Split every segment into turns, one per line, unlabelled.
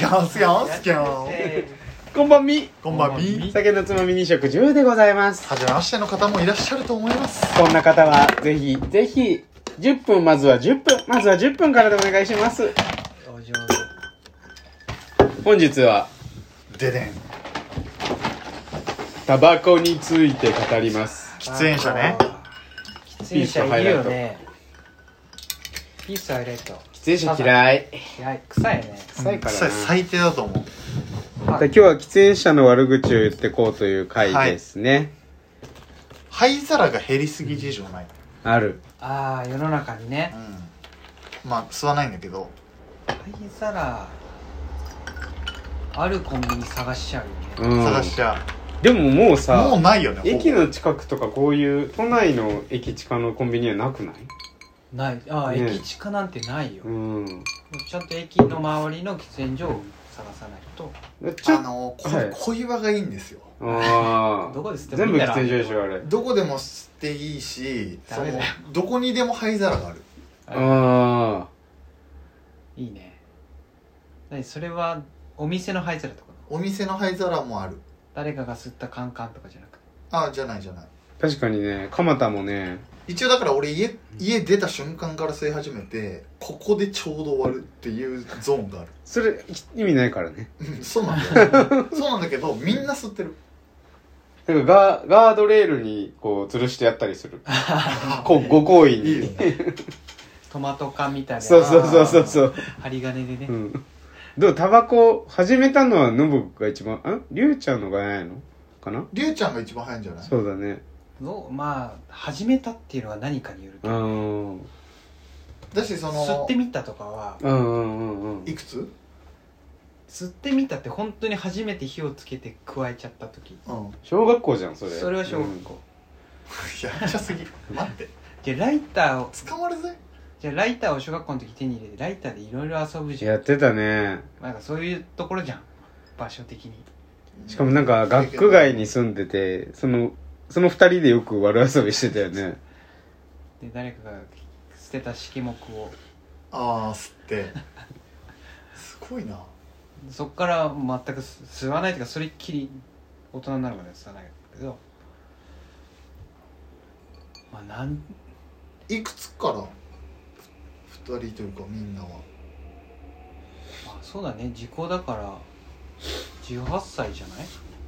ャンスキャンスキャン
こんばんみ
こんばんみ
酒のつまみ2食10でございます
はじめましての方もいらっしゃると思います
こんな方はぜひぜひ10分まずは10分まずは10分からでお願いします
お上手
本日は
ででん
タバコについて語ります
喫煙者ね
あー喫煙者いるよねピースハイライト
喫煙者嫌い
嫌い臭いよね
臭いから
それ
な
最低だと思う
また今日は喫煙者の悪口を言ってこうという回ですね、
灰皿が減りすぎ事情ない、
ある
ああ世の中にね
うん、まあ吸わないんだけど
灰皿あるコンビニ探しちゃうよね
うん
探しちゃ
でももう
う、もう
さ
ないよねほぼ
駅の近くとかこういう都内の駅近のコンビニはなくない
ないああ、
ねえ
駅地下なんてないよ、
うん
ちゃんと駅の周りの喫煙所を探さないと
ちょ
あ
っと
のこ
はい
小岩がいいんですよ
あ
ど
あ
こで捨てもい
全
いん
部
だ
喫
な
煙所でしょあれ
どこでも吸っていいしそ
ダメ
の
だよ
どこにでも灰皿がある
あ
いいね何それはお店の灰皿とかなの
お店の灰皿もある
誰かが吸ったカンカンとかじゃなくて
あじゃないじゃない
あ確かにね蒲田もね
一応だから俺家家出た瞬間から吸い始めてここでちょうど終わるっていうゾーンがある
それ意味ないからね
うんそうなんだ よそうなんだけどみんな吸ってる
なんかガーガードレールにこう吊るしてやったりす るこうご好意
いいよ
に
ね
トマト缶みたいな
そうそうそうそうそう
針金でね、
うんどうタバコ始めたのはノブが一番んりゅうちゃんのがないのかな
りゅうちゃんが一番早いんじゃない
そうだね
のまあ始めたっていうのは何かによるけ
う
ど
んうん
だしその
吸ってみたとかは
うんうんうん
いくつ
吸ってみたって本当に初めて火をつけて加えちゃった時
うん
小学校じゃんそれ
それは小学校、
やっちゃすぎ待って
じゃあライターを
捕まるぜ
じゃあライターを小学校の時手に入れてライターでいろいろ遊ぶ
うん
じゃ
や
ん
ってたね
なんかそういうところじゃん場所的に
しかもなんか学区外に住んでてそのその二人でよく悪遊びしてたよね
で誰かが捨てた色目を
ああ吸ってすごいな
そっから全く吸わないというかそれっきり大人になるまでは吸わないけどまあなん
いくつからふ二人というかみんなは
まあそうだね時効だから18歳じゃない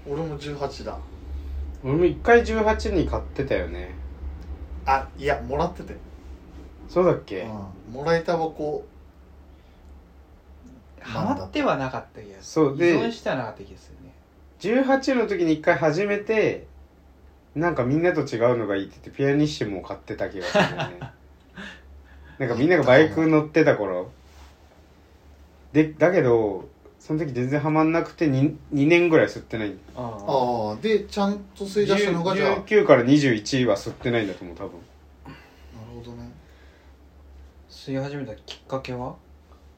俺も18だ
俺も一回18に買ってたよね
あいやもらってて、
そうだっけ
うん、もらいタバコなんだ
ハマってはなかった気がする
そうで
依存してはなかった気がするね
18の時に一回始めてなんかみんなと違うのがいいって言ってピアニッシモを買ってた気がする ねなんかみんながバイク乗ってた頃でだけどその時全然ハマんなくて 2, 2年ぐらい吸ってない
あ
ああでちゃんと吸い出したのがじゃあなる
19から21は吸ってないんだと思う多分
ほどね
吸い始めたきっかけは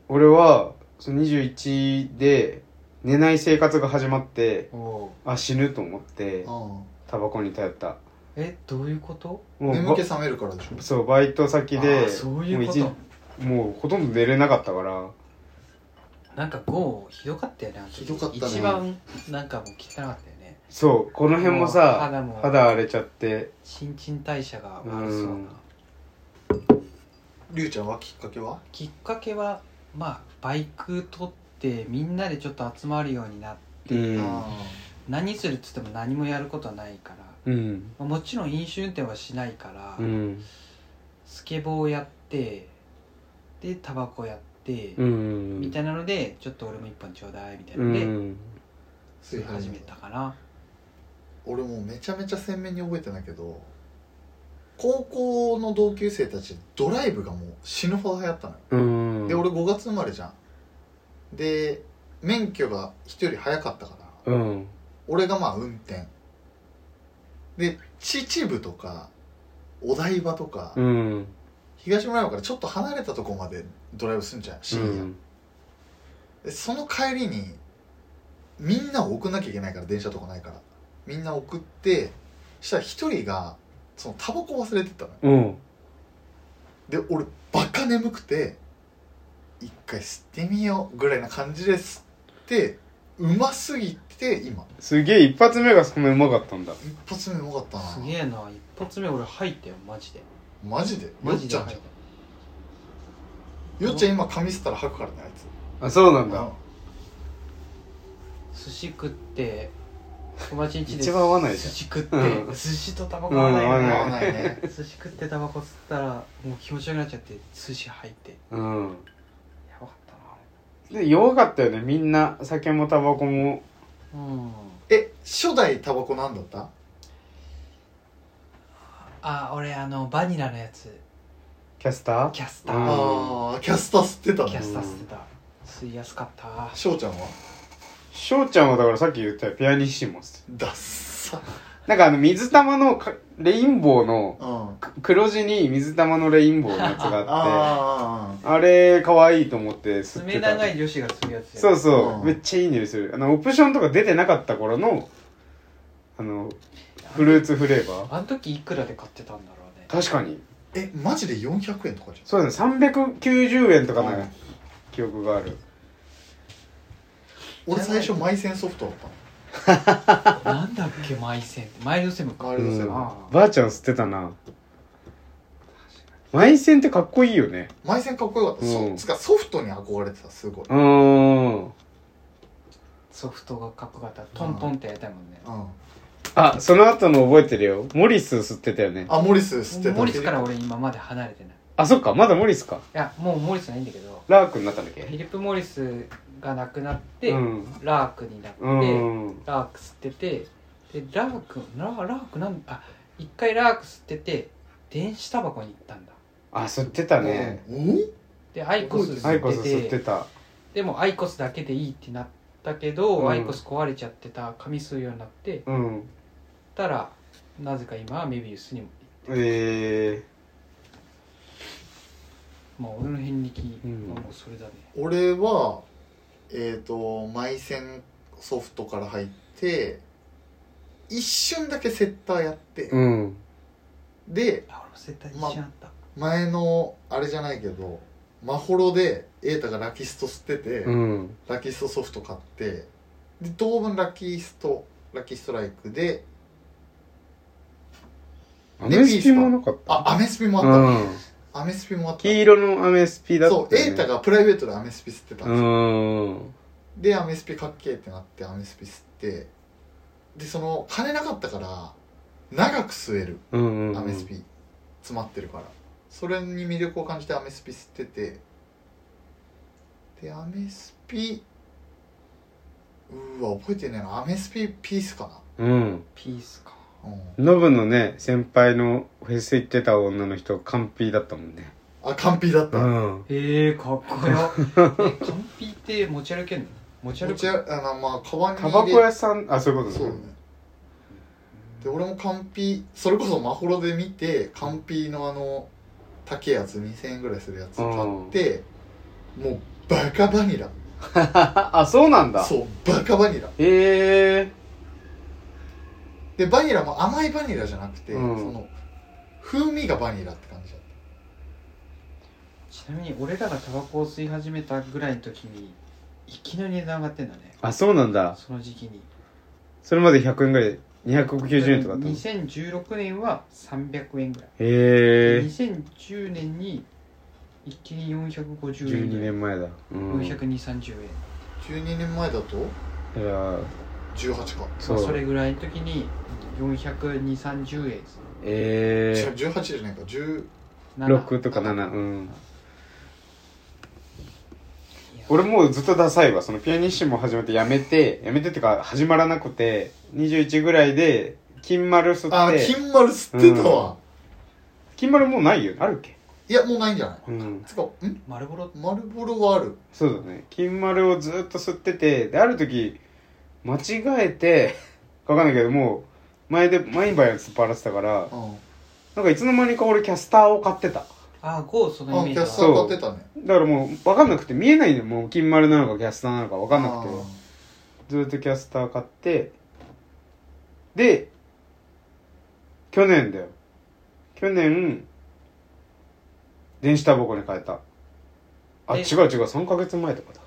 俺はその21で寝ない生活が始まって
おお
あ死ぬと思って
う
タバコに頼った
えどういうこと
も
ん
う
眠気覚めるからでし
ば
ょ
そうバイト先
あ
で
ーそういう
もう
こと
一もうほとんど寝れなかったから
なんかゴーひどかったよねあの時
ひどかったね
一番なんかもう汚かったよね
そうこの辺も
もう
さ
肌も
肌荒れちゃって
新陳代謝が悪そう
うん
な
りゅうちゃんはきっかけは
きっかけはまあバイク取ってみんなでちょっと集まるようになって
うん
あ
何するっつっても何もやることはないから
うん
まあもちろん飲酒運転はしないから、
うん
スケボーをやってでタバコやって、
うん
みたいなのでちょっと俺も一本ちょうだいみたいうなので、
ん
吸い始めたかな
俺もうめちゃめちゃ鮮明に覚えてないけど高校の同級生たちドライブがもう死ぬほど流行ったのよ、
うん
で俺5月生まれじゃんで免許が人より早かったから
うん
俺がまあ運転で秩父とかお台場とか、
うん
東村山からちょっと離れたとこまでドライブするんじゃん深夜、でその帰りにみんなを送んなきゃいけないから電車とかないからみんな送ってしたら一人がそのタバコ忘れてったのよ
うん
で俺バカ眠くて一回吸ってみようぐらいな感じで吸っってうますぎて今
すげえ一発目がそんなうまかったんだ
一発目うまかったな
すげえな一発目俺入ったよマジで
マジでよ
マ
っ
ジ
ち
で
ゃん
入
じ
っ
ゃんよっちゃん今髪吸ったら吐くからねあいつ
あそうなんだ
た寿司食って友達ん家で
一番合わないじゃん
寿司食って
うん
寿司とタバコ合わないよ
うん
合
ね
わない ね
寿司食ってタバコ吸ったらもう気持ち悪くなっちゃって寿司入ってや
うん
ばかったなあ
で弱かったよねみんな酒もタバコも
れうん
え初代タバコなんだった
あ俺あのバニラのやつ
キャスター
キャスタ
うん
ー
ああキャスター吸ってた
キャ
ね
スター吸ってた吸いやすかった
翔ちゃんは
翔ちゃんはだからさっき言ったよピアニッシモス
ダッサ
なんかあの水玉のかレインボーの
うんあ
く黒地に水玉のレインボーのやつがあって
あ
あれ可愛いと思って吸って
爪
た
長い女子が吸うやつ
そう
う
そう、
うん
めっちゃいい匂いするあのオプションとか出てなかった頃のあのフルーツフレーバー
あの時いくらで買ってたんだろうね
確かに
えマジで400円とかじ
そうだね390円とかな、
うん
記憶がある
ゃん俺最初マイセンソフトだったの
なんだっけマイセンってマイルドセブンか
あれです
うん
よ
あ
ばあちゃん吸ってたなマイセンってかっこいいよね
マイセンかっこよかった
う
そ
ん
つかソフトに憧れてたすごいうん
うーん
ソフトがかっこよかったトントンってやりたいもんね
あその後の覚えてるよモリス吸ってたよね
あモリス吸ってた
モリスから俺今まで離れてないい
あそっかまだモリスか
やもうモリスないんだけど
ラークになったんだっ
フ
け
ィリップ・モリスが亡くなって、
うん
ラークになって、
うん
ラーク吸っててでラークララークなんあ一回ラーク吸ってて電子タバコに行ったんだ
あ吸ってたね
うん
でアイコス
ア
吸
イコス
って
吸
て
ってた
でもアイコスだけでいいってなったけど、
うん
アイコス壊れちゃってた紙吸うようになって
うん
たらなぜか今はメビウスにも
え
もう俺の遍歴
うん
はもうそれだね、
俺はえっ、とマイセンソフトから入って一瞬だけセッターやって、
ー、うん
で
あ俺も絶対自信あった、
前のあれじゃないけどマホロで瑛太がラキスト吸ってて、
うん
ラキストソフト買ってで当分ラキストラキストライクで
アメスピもなかった
あアメスピもあった、
うん
アメスピもあった
黄色のアメスピだった
そう瑛太がプライベートでアメスピ吸ってたん
う
ですよ、
ん
でアメスピかっけーってなってアメスピ吸ってでその金なかったから長く吸える
うんうん
アメスピ詰まってるからそれに魅力を感じてアメスピ吸っててでアメスピうーわ覚えてねえなアメスピピースか
うん
ピースか
な、うん、
ノブのね先輩のフェス行ってた女の人完璧だったもんね
あ完璧だった、
うん
ええー、かっこよえカンピーって持ち歩けんの持ち
持
歩
ち
け
ああのまあカバンに
タ
入れ
バコ屋さんあそういうこと
そうだねで俺も完璧それこそマホロで見て完璧のあの高いやつ2000円ぐらいするやつ買って、もうバカバニラ
あそうなんだ
そうバカバニラ
へえ
でバニラも甘いバニラじゃなくて、
うん
その風味がバニラって感じだっ
ちなみに俺らがタバコを吸い始めたぐらいの時にいきなり値段上がってんだね
あそうなんだ
その時期に
それまで100円ぐらい290円とかだったのへ
2016年は300円ぐらい、
え
2010年に一気に450円
12
ぐらい
年前だうんいや
42030円、
た12年前だと
ー
18か
そ
そううそれぐらいの時に42030円です
違
え
う18じゃ ないか10
え6とか7う
い
ん
や
俺もうずっとダサいわそのピアニッシモ始めてやめてやめてってか始まらなくて21ぐらいで金丸吸
あ
って金
金丸吸ってたわ、
丸もうないよねあるっけ
いやもうないんじゃない
うん
つかん
丸ボロ
丸ボロはある
そうだね金丸をずっと吸っててである時間違えてわかんないけどもう前で毎晩突っ張らせてたから
うん
なんかいつの間にか俺キャスターを買ってた
ああこうその
あ
イメ
キ
ージ
ャ
は
スター買ってたね
だからもう分かんなくて見えないのよもう金丸なのかキャスターなのか分かんなくて
あー
ずっとキャスター買ってで去年だよ去年電子タバコに変えたあ違う
え
違う3ヶ月前とかだ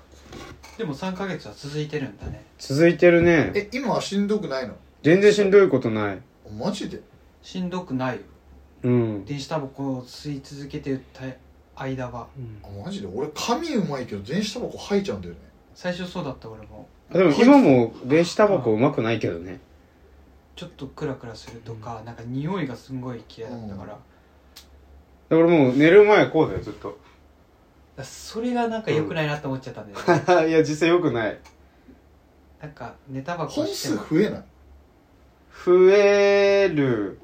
でも3ヶ月は続いてるんだね
続いてるね
え今はしんどくないの
全然しんどいことない
マジで
しんどくないよ
うん
電子タバコを吸い続けてる間は
うん
あマジで俺髪うまいけど電子タバコ吐いちゃうんだよね
最初そうだった俺も
あでも今も電子タバコうまくないけどね
ちょっとクラクラするとか、なんか匂いがすんごい嫌いだったから,、だか
だからもう寝る前こうだよずっと
らそれがなんか良くないなって思っちゃったんだよね、
いや実際よくない
なんか寝タバコ
本
して
数
も
増えない
増える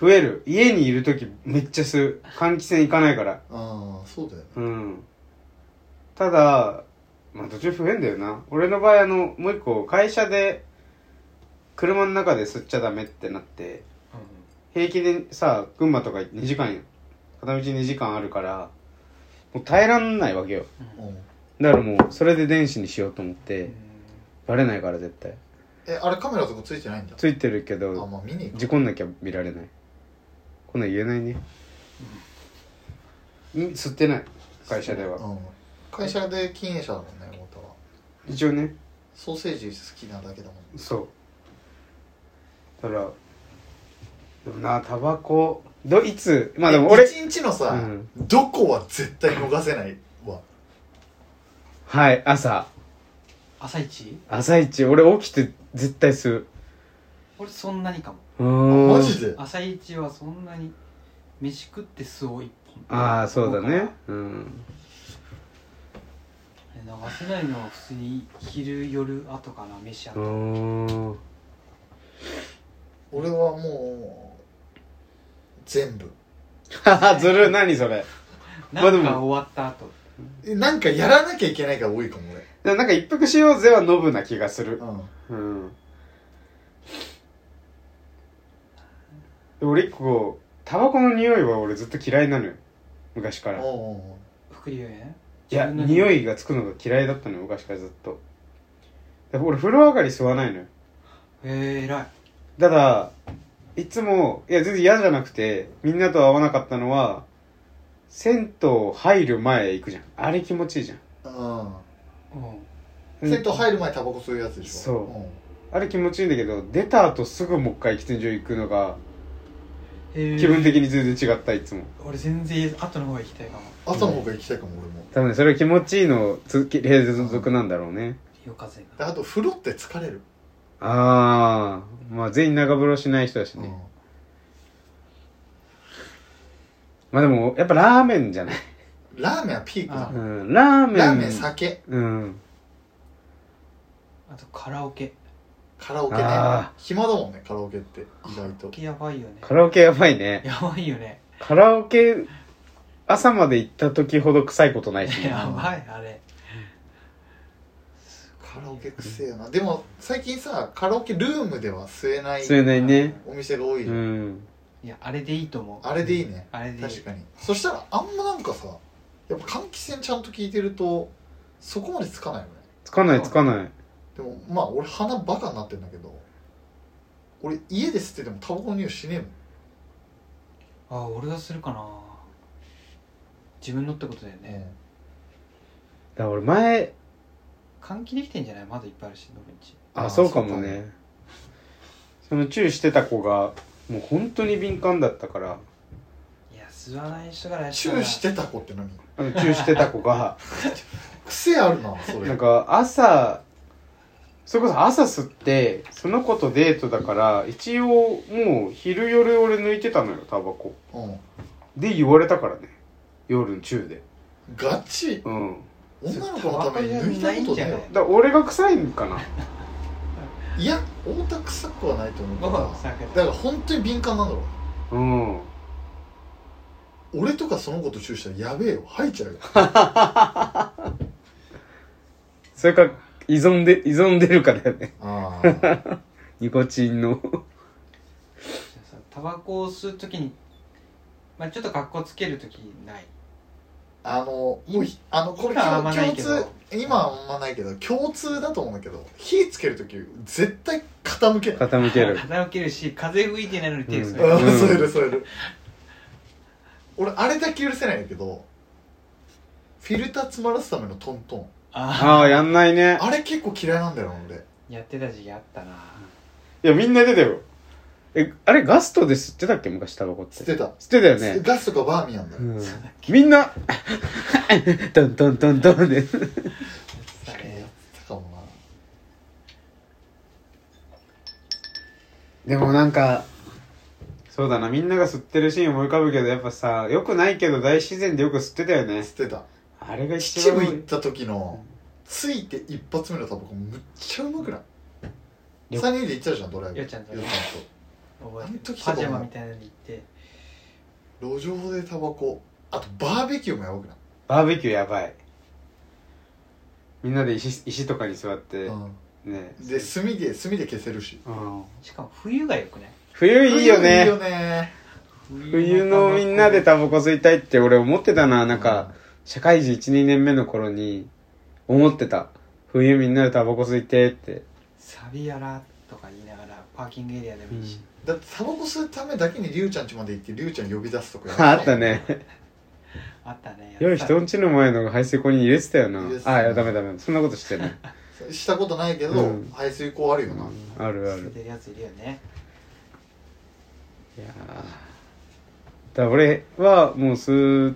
増える家にいる時めっちゃ吸う換気扇行かないから
ああそうだよね
うんただまあ途中増えんだよな俺の場合あのもう一個会社で車の中で吸っちゃダメってなって平気でさ群馬とか2時間片道2時間あるからもう耐えらんないわけよ
うんうん
うん
だからもうそれで電子にしようと思っ
う
て
ん
バレないから絶対
えあれカメラとかついてないんだ
ついてるけ
あ
ど
まあ見に行く
事故んなきゃ見られないこんなん言えないねうん吸ってない会社では
うん会社で禁煙者だもんね太田は
一応ね
ソーセージ好きなだけだもんね
そうだからでもなタバコどいつまあでも俺
一日のさ、
うん
どこは絶対逃せないわ
はい朝
朝一
朝一俺起きて絶対吸う
俺そんなにかも
うーん
マジで
朝一はそんなに飯食って吸おう一本
ああそうだねうん
流せないのは普通に昼夜後かな飯あ
うーん
俺はもう全部
はは ずるい何それま
な
あでも
んか終わった後
えなんかやらなきゃいけないから多いかも
でもなんか一服しようぜはノブな気がする
俺うん
うん俺一個タバコの匂いは俺ずっと嫌いなのよ昔からい
おうおう
副流煙
や匂いがつくのが嫌いだったのよ昔からずっとで俺風呂上がり吸わないのよ
えー、偉い
ただいつもいや全然嫌じゃなくてみんなと会わなかったのは銭湯入る前行くじゃんあれ気持ちいいじゃん
うん
う
うん銭湯入る前タバコ吸うやつでしょ
そうあれ気持ちいいんだけど出た後すぐもう一回喫煙所行くのが
んへー
気分的に全然違ったいつも
俺全然後の方が行きたいかも
うん朝の方が行きたいかも俺も
多分ねそれは気持ちいいのつき継続なんだろうね
夜風が
であと風呂って疲れる、
ああまあ全員長風呂しない人だし
うん
ね、まあでもやっぱラーメンじゃない、
ラーメンはピークだ
あ
も
うんん、ラーメン
ラーメン酒
うん
あとカラオケ
カラオケね
あ
暇だもんねカラオケって意外
カラ
と
オケやばいよね
カラオケやばいね
やばいよね
カラオケ朝まで行った時ほど臭いことないし、ね、
やばいあれ
カラオケくせえよなでも最近さカラオケルームでは吸えない
吸えないね
お店が多いじ
う
ゃん、
ん
いやあれでいいと思う
あれでいいね
あれでいい
確かにそしたらあんまなんかさやっぱ換気扇ちゃんと聞いてるとそこまでつかないよね
つかないつかない
でもまあ俺鼻バカになってんだけど俺家で吸っててもタバコの匂いしねえもん
ああ俺がするかな自分のってことだよね、
だから俺前
換気できてんじゃないまだいっぱいあるし土日
あ
あ
そうかも
そうか
ねそのチューしてた子がもう本当に敏感だったから
いや吸わない人から
チ
した
ュ
ら
ーしてた子って何
あのチューしてた子が
癖あるなそれ
なんか朝それこそ朝吸ってその子とデートだから一応もう昼夜俺抜いてたのよタバコ
うん
で言われたからね夜のチューで
ガチ
うん
女の子のために抜いたことだよ
だから俺が臭いんかない
や太田臭くはないと思う
ご飯
か
さけ
らだから本当に敏感なんだろ
うん
う俺とかその子とチューしたらやべえよ吐いちゃうよ
それか依存で依存出るかだよね
ああ
ニコチンの
さタバコを吸う時にまあちょっと格好つける時ない
あのもうひあのこれ
今はあん
共
まない
共
け
通
ど
今はあんまないけど共通だと思うんだけど火つけるとき絶対傾けない
傾ける
傾けるし風吹いてないのに手
うん
添える、
あ
うん
ーそうやるそうやる俺あれだけ許せないんだけどフィルター詰まらすためのトントン
あ
あ
あやんないね
あれ結構嫌いなんだよな俺
やってた時期あったない
やみんな出てよえあれガストで吸ってたっけ昔タバコって
捨てた、
吸ってたよね
ガスとかバーミヤンだ、
うんみん なトントントントンで
やってたね
かもな
でもなんかそうだなみんなが吸ってるシーン思い浮かぶけどやっぱさよくないけど大自然でよく吸ってたよね
捨てた
あれが一
秩
番
父行った時のついて一発目のタバコむっちゃうまくない
りょ
3人で行ったじゃんドライブ
よっちゃんと
よっち
覚
あの
えてる
時とか
パ
も
ジャマみたいなので行って
ゃんと路上でタバコあとバーベキューもやばくない、
バーベキューやばいみんなで石石とかに座って、ね
うん、で炭で炭で消せるし
うん、
しかも冬がよくない
冬いいよ
いいよ
ね
ね
冬のみんなでタバコ吸いたいって俺思ってたななんか、社会人12年目の頃に思ってた冬みんなでタバコ吸いてって、
サビやらとか言いながらパーキングエリアでもいいし、
だってタバコ吸うためだけにリュウちゃん家まで行ってリュウちゃん呼び出すとかや
あ
ばい
ったね
あったね
よい人んちの前の排水溝に入れてたよな
入れてた
あ
ね
いやダメダメそんなことしてない、
したことないけど、
うん
排水溝あるよな、
あるあ
捨て
る
てるやついるよね
いやーだから俺はもうす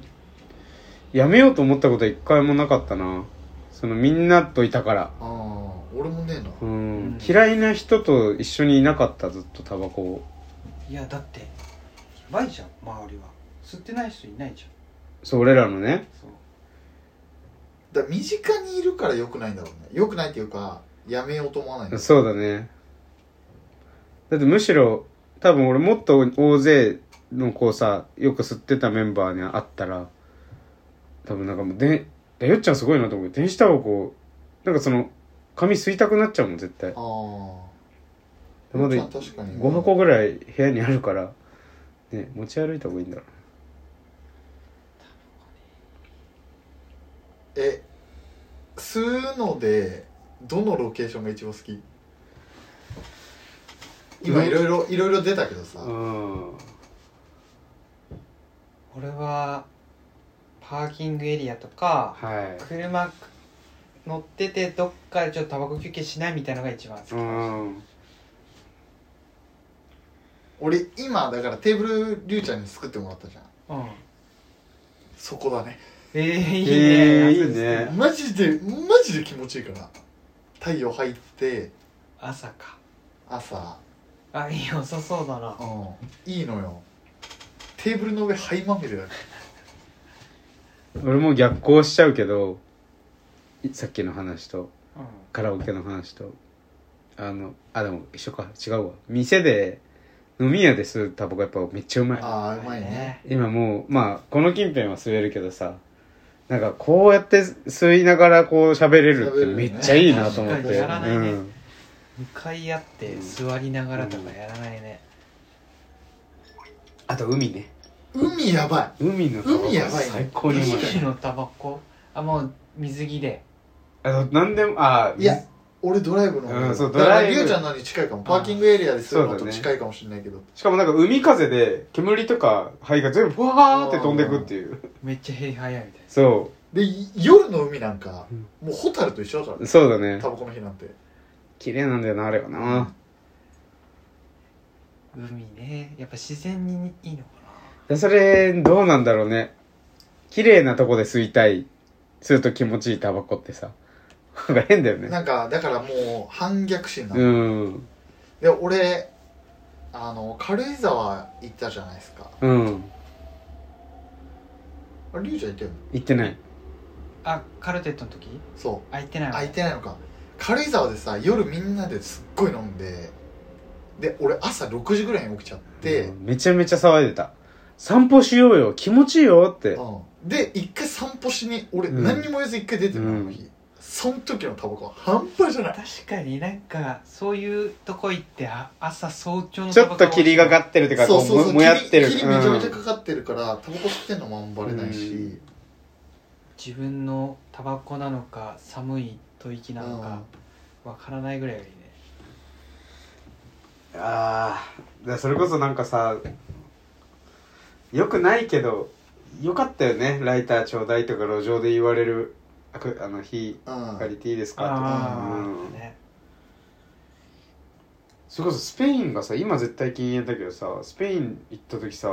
やめようと思ったことは一回もなかったなそのみんなといたから
あー俺もねえな、
うん、
うん
嫌いな人と一緒にいなかったずっとタバコを
いやだってやばいじゃん周りは吸ってない人いないじ
そう俺らのね
ゃんそう
だから身近にいるから良くないんだろうね良くないっていうかやめようと思わないんだよ
そうだねだってむしろ多分俺もっと大勢のこうさよく吸ってたメンバーに会ったら多分なんかもうでいやよっちゃんすごいなと思う電子タバコなんかその髪吸いたくなっちゃうもん絶対
ああ
まだ
確かに
5箱ぐらい部屋にあるから、ね、持ち歩いた方がいいんだろ
え吸うのでどのロケーションが一番好き今
うん
いろいろいろいろ出たけどさ、
うん
俺はパーキングエリアとか
は
車乗っててどっかでちょっとタバコ休憩しないみたいのが一番好き、
いうん
俺今だからテーブルりゅうちゃんに作ってもらったじゃん
うん
そこだね
えー、いいね、
えーいいね
そう
マジでマジで気持ちいいから太陽入って
朝か
朝
あいい良さそうだな
うんいいのよテーブルの上灰まみれだよ
俺も逆行しちゃうけどいさっきの話と
うん
カラオケの話とあのあでも一緒か違うわ店で飲み屋で吸うタバコやっぱめっちゃうまい
ああうまいね
今もうまあこの近辺は吸えるけどさなんかこうやって吸いながらこう喋れるってめっちゃいいなと思って、
喋れるね確かにやらないね
うん
向かい合って座りながらとかやらないね、
あと海ね
海やば
海のタバコ
海やばいね
最高にうまい
確か
海のタバコあもう水着で
あの何でもあ
いいや俺ドライブの方が
うんそう
だから
ドライブ
りゅうちゃんのに近いかもパーキングエリアでするの
そう
と
だね
近いかもしれないけど、
しかもなんか海風で煙とか灰が全部わーって飛んでくっていう
めっちゃヘイハイやみたい
そ
でい夜の海なんか、
うん
もうホタルと一緒だから
う
ね
そうだね
タバコの日なんて
綺麗なんだよなあれはな
な海ねやっぱ自然にいいのか
でそれどうなんだろうね綺麗なとこで吸いたい吸うと気持ちいいタバコってさなんか変だよね
なんかだからもう反逆心なの、
うん
で俺あの軽井沢行ったじゃないですか
うん
あれりゅうちゃん行ったよね
行ってない
なあカルテットの時
そう
空いてない
あ
わ
行ってないのか軽井沢でさ夜みんなですっごい飲んでで俺朝6時ぐらいに起きちゃって、
うんめちゃめちゃ騒いでた散歩しようよ気持ちいいよって
うんで一回散歩しに俺
うん
何にも言わず一回出てるの、あの日その時のタバコは半端じゃない
確かになんかそういうとこ行ってあ朝早朝の
ちょっと霧がか
っ
ってるっていうかこうももやってる
霧めちゃめちゃ
うん
かかってるから、タバコ吸ってんのもあんまバレないし、
自分のタバコなのか寒い吐息
うん
なのかわからないぐらいがいいね
ああだそれこそなんかさよくないけどよかったよねライターちょうだいとか路上で言われるあくあの火
うん
借りていいですかとか、
あ
うん
あ、ね
それこそスペインがさ今絶対禁煙だけどさスペイン行った時さ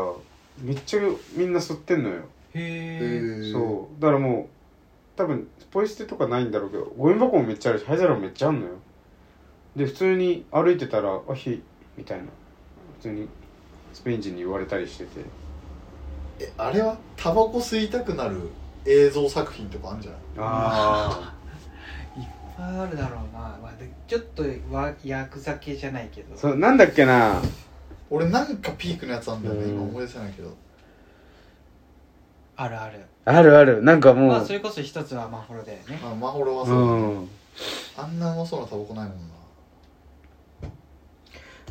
めっちゃみんな吸ってんのよ、
へ
へえ
ー
そうだからもう多分ポイ捨てとかないんだろうけどゴミ箱もめっちゃあるし灰皿もめっちゃあるのよで普通に歩いてたら「あ火」みたいな普通にスペイン人に言われたりしてて
えあれはタバコ吸いたくなる映像作品とかあるんじゃない
あ
いっぱいあるだろうな、まあ、でちょっとわヤクザ系じゃないけど
あ そうなんだっけな
俺なんかピークのやつあんだよね、
うん
今思い出せないけど
あるある、
あるあるなんかも
まあ
う
それこそ一つはマホロだよね
あマホロは
う
そう、
ん
あんなうまそうなタバコないもんな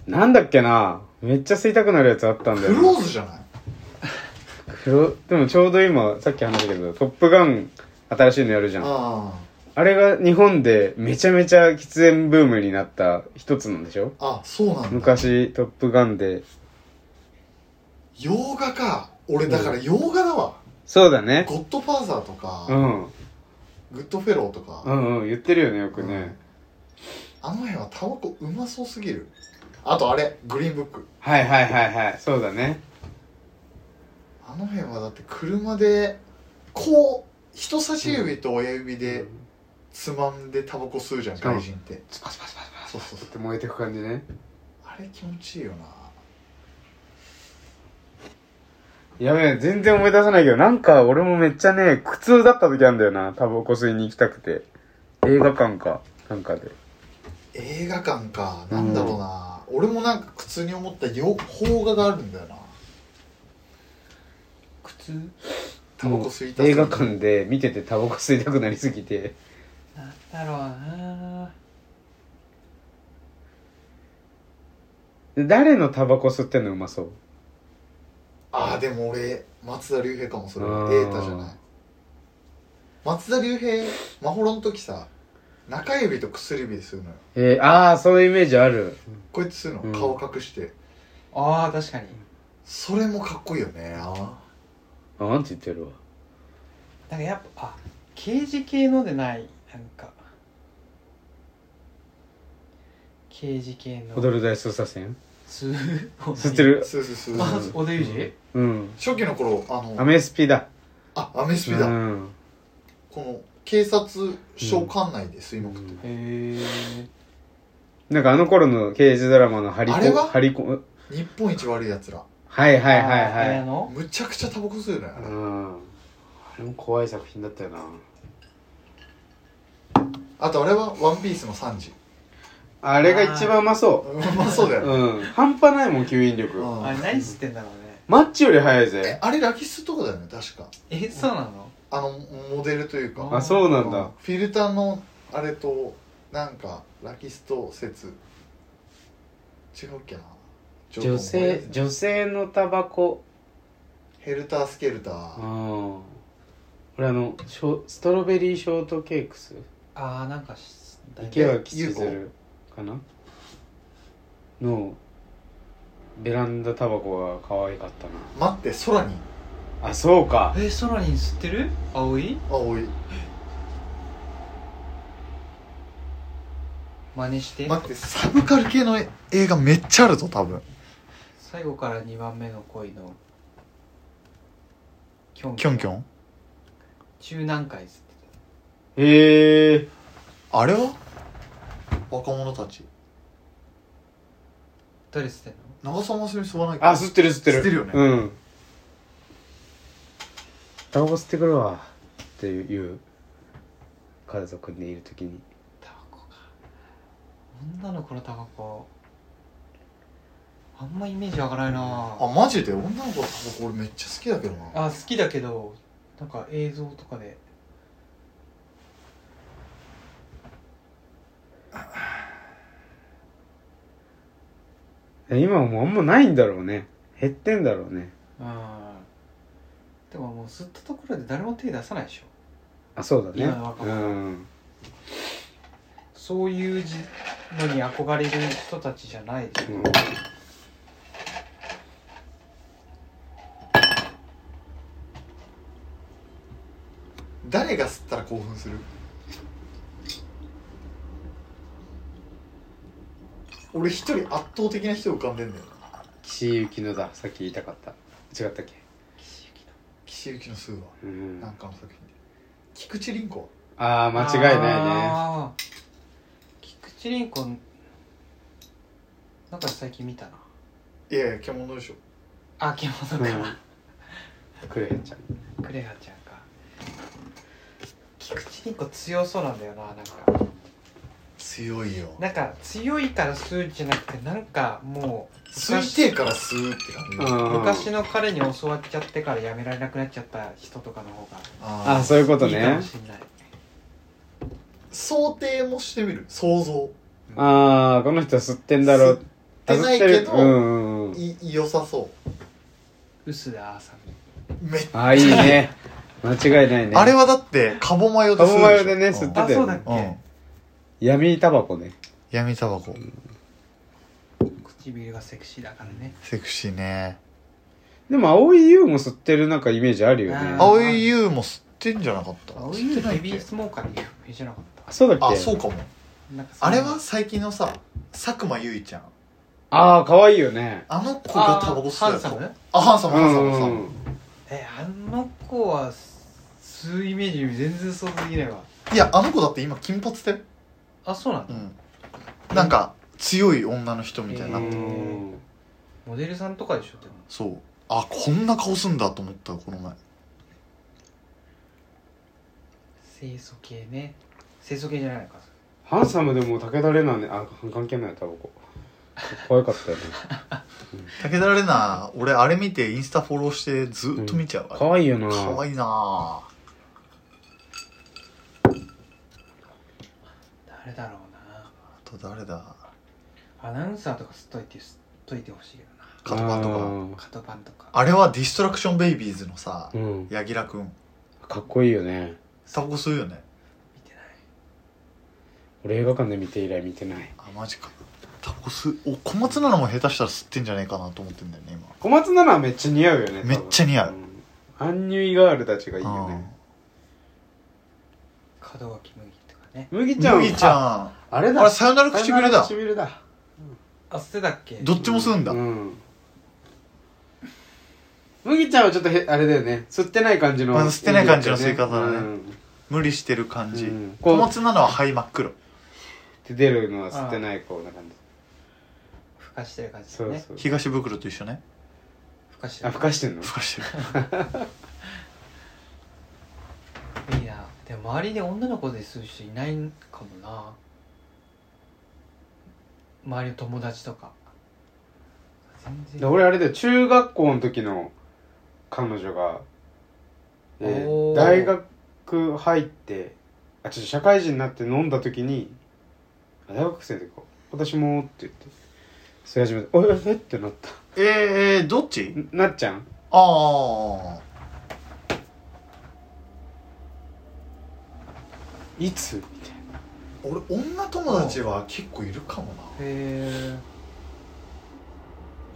なんだっけなめっちゃ吸いたくなるやつあったんだよ
ク
な
ローズじゃない
黒でもちょうど今さっき話したけど「トップガン」新しいのやるじゃんあ
あ
れが日本でめちゃめちゃ喫煙ブームになった一つなんでしょ
ああそうなんだ
昔「トップガンで」
洋画か俺だから洋画だわ、
そうだね
ゴッドファーザーとか、
うん
グッドフェローとか、
うんうん言ってるよねよくね、
あの辺はタバコうまそうすぎるあとあれグリーンブック
はいはいはいはいそうだね
あの辺はだって車でこう人差し指と親指
で
でつまんでタバコ吸うじゃん
しかも
外人って
スパスパスパスパス
そうそうそう
って燃えてく感じね
あれ気持ちいいよな
やべえ全然思い出さないけどなんか俺もめっちゃね苦痛だった時あるんだよなタバコ吸いに行きたくて映画館かなんかで
映画館かなんだろうな、俺もなんか苦痛に思ったよ邦画があるんだよな
苦痛
タバコ吸いた
もう映
い
画館で見ててタバコ吸いたくなりすぎて
なんだろうな
で誰のタバコ吸ってんのうまそう
ああでも俺松田龍平かもそれ
あー
は瑛太じゃない松田龍平まほろの時さ中指と薬指で吸うのよ
えー、ああそういうイメージある
こうやって吸うの、
うん
顔隠して
あー確かに
それもかっこいいよねあ
あなんて言ってるわ
なんかやっぱあ刑事系のでないなんか刑事系の
踊る大捜査線
吸う
吸ってる
吸う吸う
あ
吸う
小田裕二
うん
初期の頃あの
アメスピだ
あアメスピだ、
うん
この警察署管内で吸いまくってる、
へえ
なんかあの頃の刑事ドラマのハリコ
あれは
ハリコ
日本一悪いやつら
はいはいはい
綾
はい
野
むちゃくちゃタバコ吸うのよ、ね
うんあれも怖い作品だったよな
あとあれは「ワンピースのサンジ
あれが一番うまそう
まそうだ
う
よね、
うん半端ないもん吸引力
うん
あれ何吸ってんだろうね
マッチより早い
え
ぜ
あれラキスとかだよね確か
えそうなの
あのモデルというか
あそうなん
う
だ
フィルターのあれとなんかラキスト説違うっけなちょっと
女性
思い出せない
女性のタバコ
ヘルタースケルター、
ああ俺あのショストロベリーショートケークス
ああなんかし
池脇千鶴かなのベランダタバコが可愛かったな
待って空に
あそうか
えソラニン吸ってる葵
青い
真似して、
待ってサブカル系の映画めっちゃあるぞ多分
最後から2番目の恋のキョン
キョンキョン
中南海吸って
へえ
あれは若者たち
た誰吸ってんの
長澤まさみ吸わない
あ吸ってる吸ってる
吸ってるよね
うんタバコ吸ってくるわっていう家族でいる時に
タバコか女の子のタバコあんまイメージわからないな
あマジで女の子のタバコ俺めっちゃ好きだけどな
あ好きだけどなんか映像とかで
今はもうあんまないんだろうね減ってんだろうね
うんでももう吸ったところで誰も手出さないでしょ
あそうだね
今の若
う
者
ん
そういうじのに憧れる人たちじゃないでしょ
うん
誰が吸ったら興奮する俺一人圧倒的な人浮かんでんだよな
岸井ゆきのださっき言いたかった違ったっけ
岸雪
岸由紀の数は
うん
なんかの作品で菊池凛子は
ああ間
だ
違いないね
あー菊池凛子なんか最近見たない
やいや獣でしょ
あ獣か、
うんクレヘちゃん
クレアちゃんか菊池凛子強そうなんだよななんか
強いよ
なんか強いから吸うじゃなくてなんかもう
吸いてえから吸うって感じ、あ
うん
昔の彼に教わっちゃってからやめられなくなっちゃった人とかの方が
あ
あそういうこと
いいか
ね
もしんない
想定もしてみる想像
ああこの人吸ってんだろう
吸ってないけ
あ
ど
吸ってるうんうんうん
い良さそ
薄田あさみ
うめっ
ああいい ね間違いないね
あれはだってカモマヨで吸うしょ
カモマヨでね吸って
あそうだっけ、
うんうん
闇タバコね
闇タバコ
唇がセクシーだからね
セクシーね
でも蒼井優も吸ってるなんかイメージあるよね
あー
青井優も吸ってんじゃなかった
青い
吸ってない
ベ
っけ
ビースモーカーで有名じゃなかった
あそうだっけ
あそうかも
なんかそ
あ
んな
れは最近のさ佐久間由衣ちゃん
ああ可愛いよね
あの子
あ
が
ー
タバコ吸ってた
ハンサ
や
ム
つあハン
う
サムハンサムハンサ
ん
ム
えあの子は吸うイメージより全然想像できないわ
いやあの子だって今金髪だよ
あそうなんだ、
うんなんか強い女の人みたいにな
う
ってる
ん
モデルさんとかでしょでも
そうあこんな顔すんだと思ったよこの前
清楚系ね清楚系じゃないのか
ハンサムでも武田玲奈ねあ関係ないタバコ可愛かったよね
武田玲奈俺あれ見てインスタフォローしてずっと見ちゃう、
可愛いよな
かわいいなあ
誰だろうな
あと誰だ
アナウンサーとか吸っといて吸っといてほしいけどな
カトパンとか
カトパンとか
あれはディストラクションベイビーズのさ
あーうん
柳楽君
かっこいいよね
タバコ吸うよね
見てない
俺映画館で見て以来見てない
あマジかタバコ吸うお小松菜奈も下手したら吸ってんじゃねえかなと思ってんだよね今
小松菜奈はめっちゃ似合うよね多分
めっちゃ似合うん
アンニュイガールたちがいいよね
門脇麦とかね
麦ちゃん
麦ちゃ
ああれ
ん
だ
あれさよなら唇だ
さよなら唇だ
あ吸ってたっけ
どっちも吸うんだ、
うん麦ちゃんはちょっとへあれだよね吸ってない感じの
うん吸ってない感じの吸い方だね
うん
無理してる感じ、
うん
小松菜奈は灰真っ黒
って出るのは吸ってないこうな感じ
ふかしてる感じだ
そ
ね
うそう
東袋と一緒ね
ふかして
あ
る
ふかしてんの
ふかして る
いいなでも周りで女の子で吸う人いないかもな周りの友達とか全
で
然
俺あれだよ中学校の時の彼女が、えー
おー
大学入ってあちょっと社会人になって飲んだ時にあ大学生の時か私もって言って吸い始めて「おええっ?」てなった
えー、えー、どっち
んなっちゃん
ああ
いつみたいな
俺女友達は結構いるかもな
へ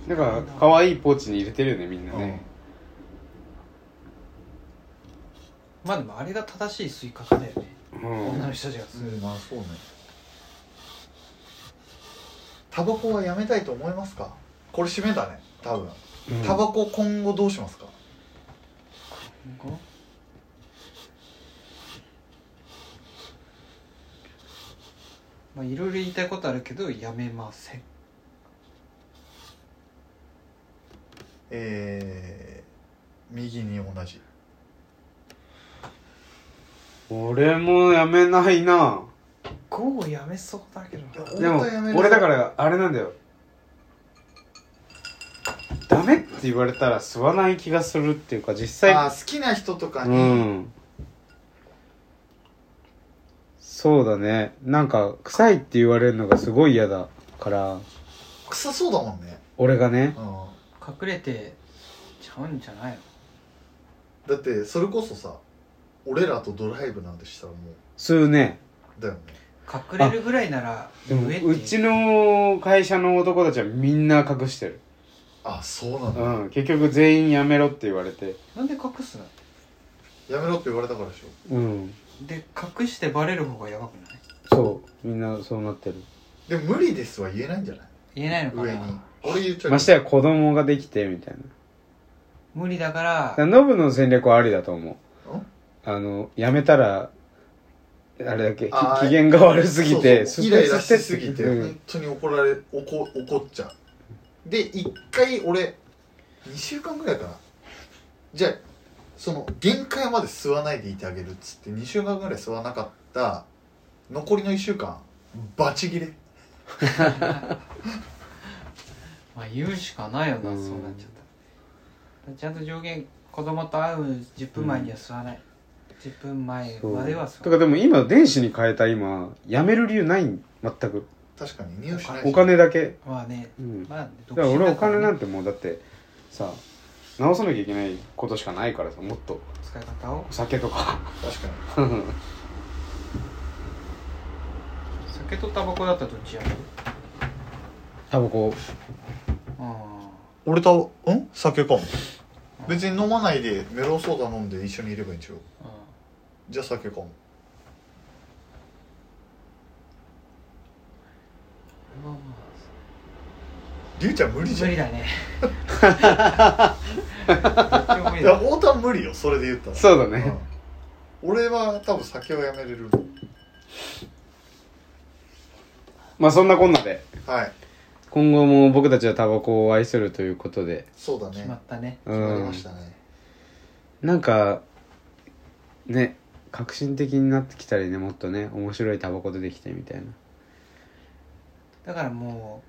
だから可愛いポーチに入れてるよねみんなね、
ーまあでもあれが正しい吸い方だよね、
うん
女の人たちが吸う、
うんまあそうねタバコはやめたいと思いますかこれ締めだね多分
うん
タバコ今後どうしますか、
今後まあいろいろ言いたいことあるけどやめません
えー、右に同じ
俺もやめないな
5をやめそうだけどな
でも
本当やめる
俺だからあれなんだよダメって言われたら吸わない気がするっていうか実際
あー好きな人とかに、
うんそうだねなんか臭いって言われるのがすごい嫌だから
臭そうだもんね、
俺がね
うん、
隠れてちゃうんじゃないの
だってそれこそさ俺らとドライブなんてしたらも
吸うね
うだよね
隠れるぐらいなら
でも
言えっていう
うちの会社の男たちはみんな隠してる
あそうなんだ、
うん結局全員やめろって言われて
なんで隠すの
やめろって言われたからでしょ
うん
で隠してバレる方がやばくない
そうみんなそうなってる
でも無理ですは言えないんじゃない
言えないのか
上に
な
俺言っちゃう
ましてや子供ができてみたいな
無理だか
だ
ら
からノブの戦略はありだと思うんあのやめたらあれだっけき
あー
機嫌が悪すぎて
そうそうイライラしすぎて
うん
本当に怒られ怒怒っちゃうで一回俺2週間ぐらいかなじゃあその限界まで吸わないでいてあげるっつって2週間ぐらい吸わなかった残りの1週間バチギレ
まあ言うしかないよな、
うん
そうなっちゃったちゃんと上限子供と会う10分前には吸わない、10分前
そう
までは
だ
吸
か
わ
ら
ない
でも今電子に変えた今やめる理由ないん全く
確かに匂いしないし
お金だけ
まあね、
うん
まあ
だから俺お金なんて
て
もうだってさ直さなきゃいけないことしかないからさもっと
使い方を
お酒とか
確かに
酒とタバコだったらどっちやる
タバコ
あ
俺とん酒かも別に飲まないでメロンソーダ飲んで一緒にいればいいんちゃう
あ
じゃあ酒かもりゅうちゃん無理じゃ
無
ん
理
い
だねどっちも無理
や
だ
太田は無理よそれで言ったら
そうだね、
うん俺は多分酒をやめれる
まあそんなこんなで
はい
今後も僕たちはタバコを愛するということで
そうだ
決まっ
ね
たね
う
決まりま
ん
したね
なんかね革新的になってきたりねもっとね面白いタバコ出てきてみたいな、
だからも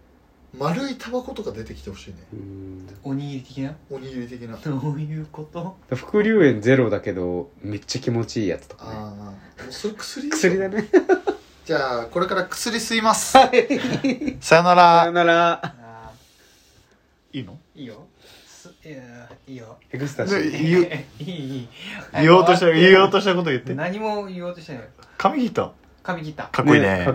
丸いタバコとか出てきてほしいね
うん
うおにぎり的な
おにぎり的な
どういうこと
副流煙ゼロだけどめっちゃ気持ちいいやつとかね
ああもうそれ薬
薬だね
じゃあこれから薬吸いますさよな
さよ
ら
なら
あ
いいの
ーいいよすいやいいよ
エクスタシー
言う
いいいい
言おうとした
早く終わって
言おうとしたこと言って
何も言おうとしてない
髪切った
髪切った
かっこいい
ね
ね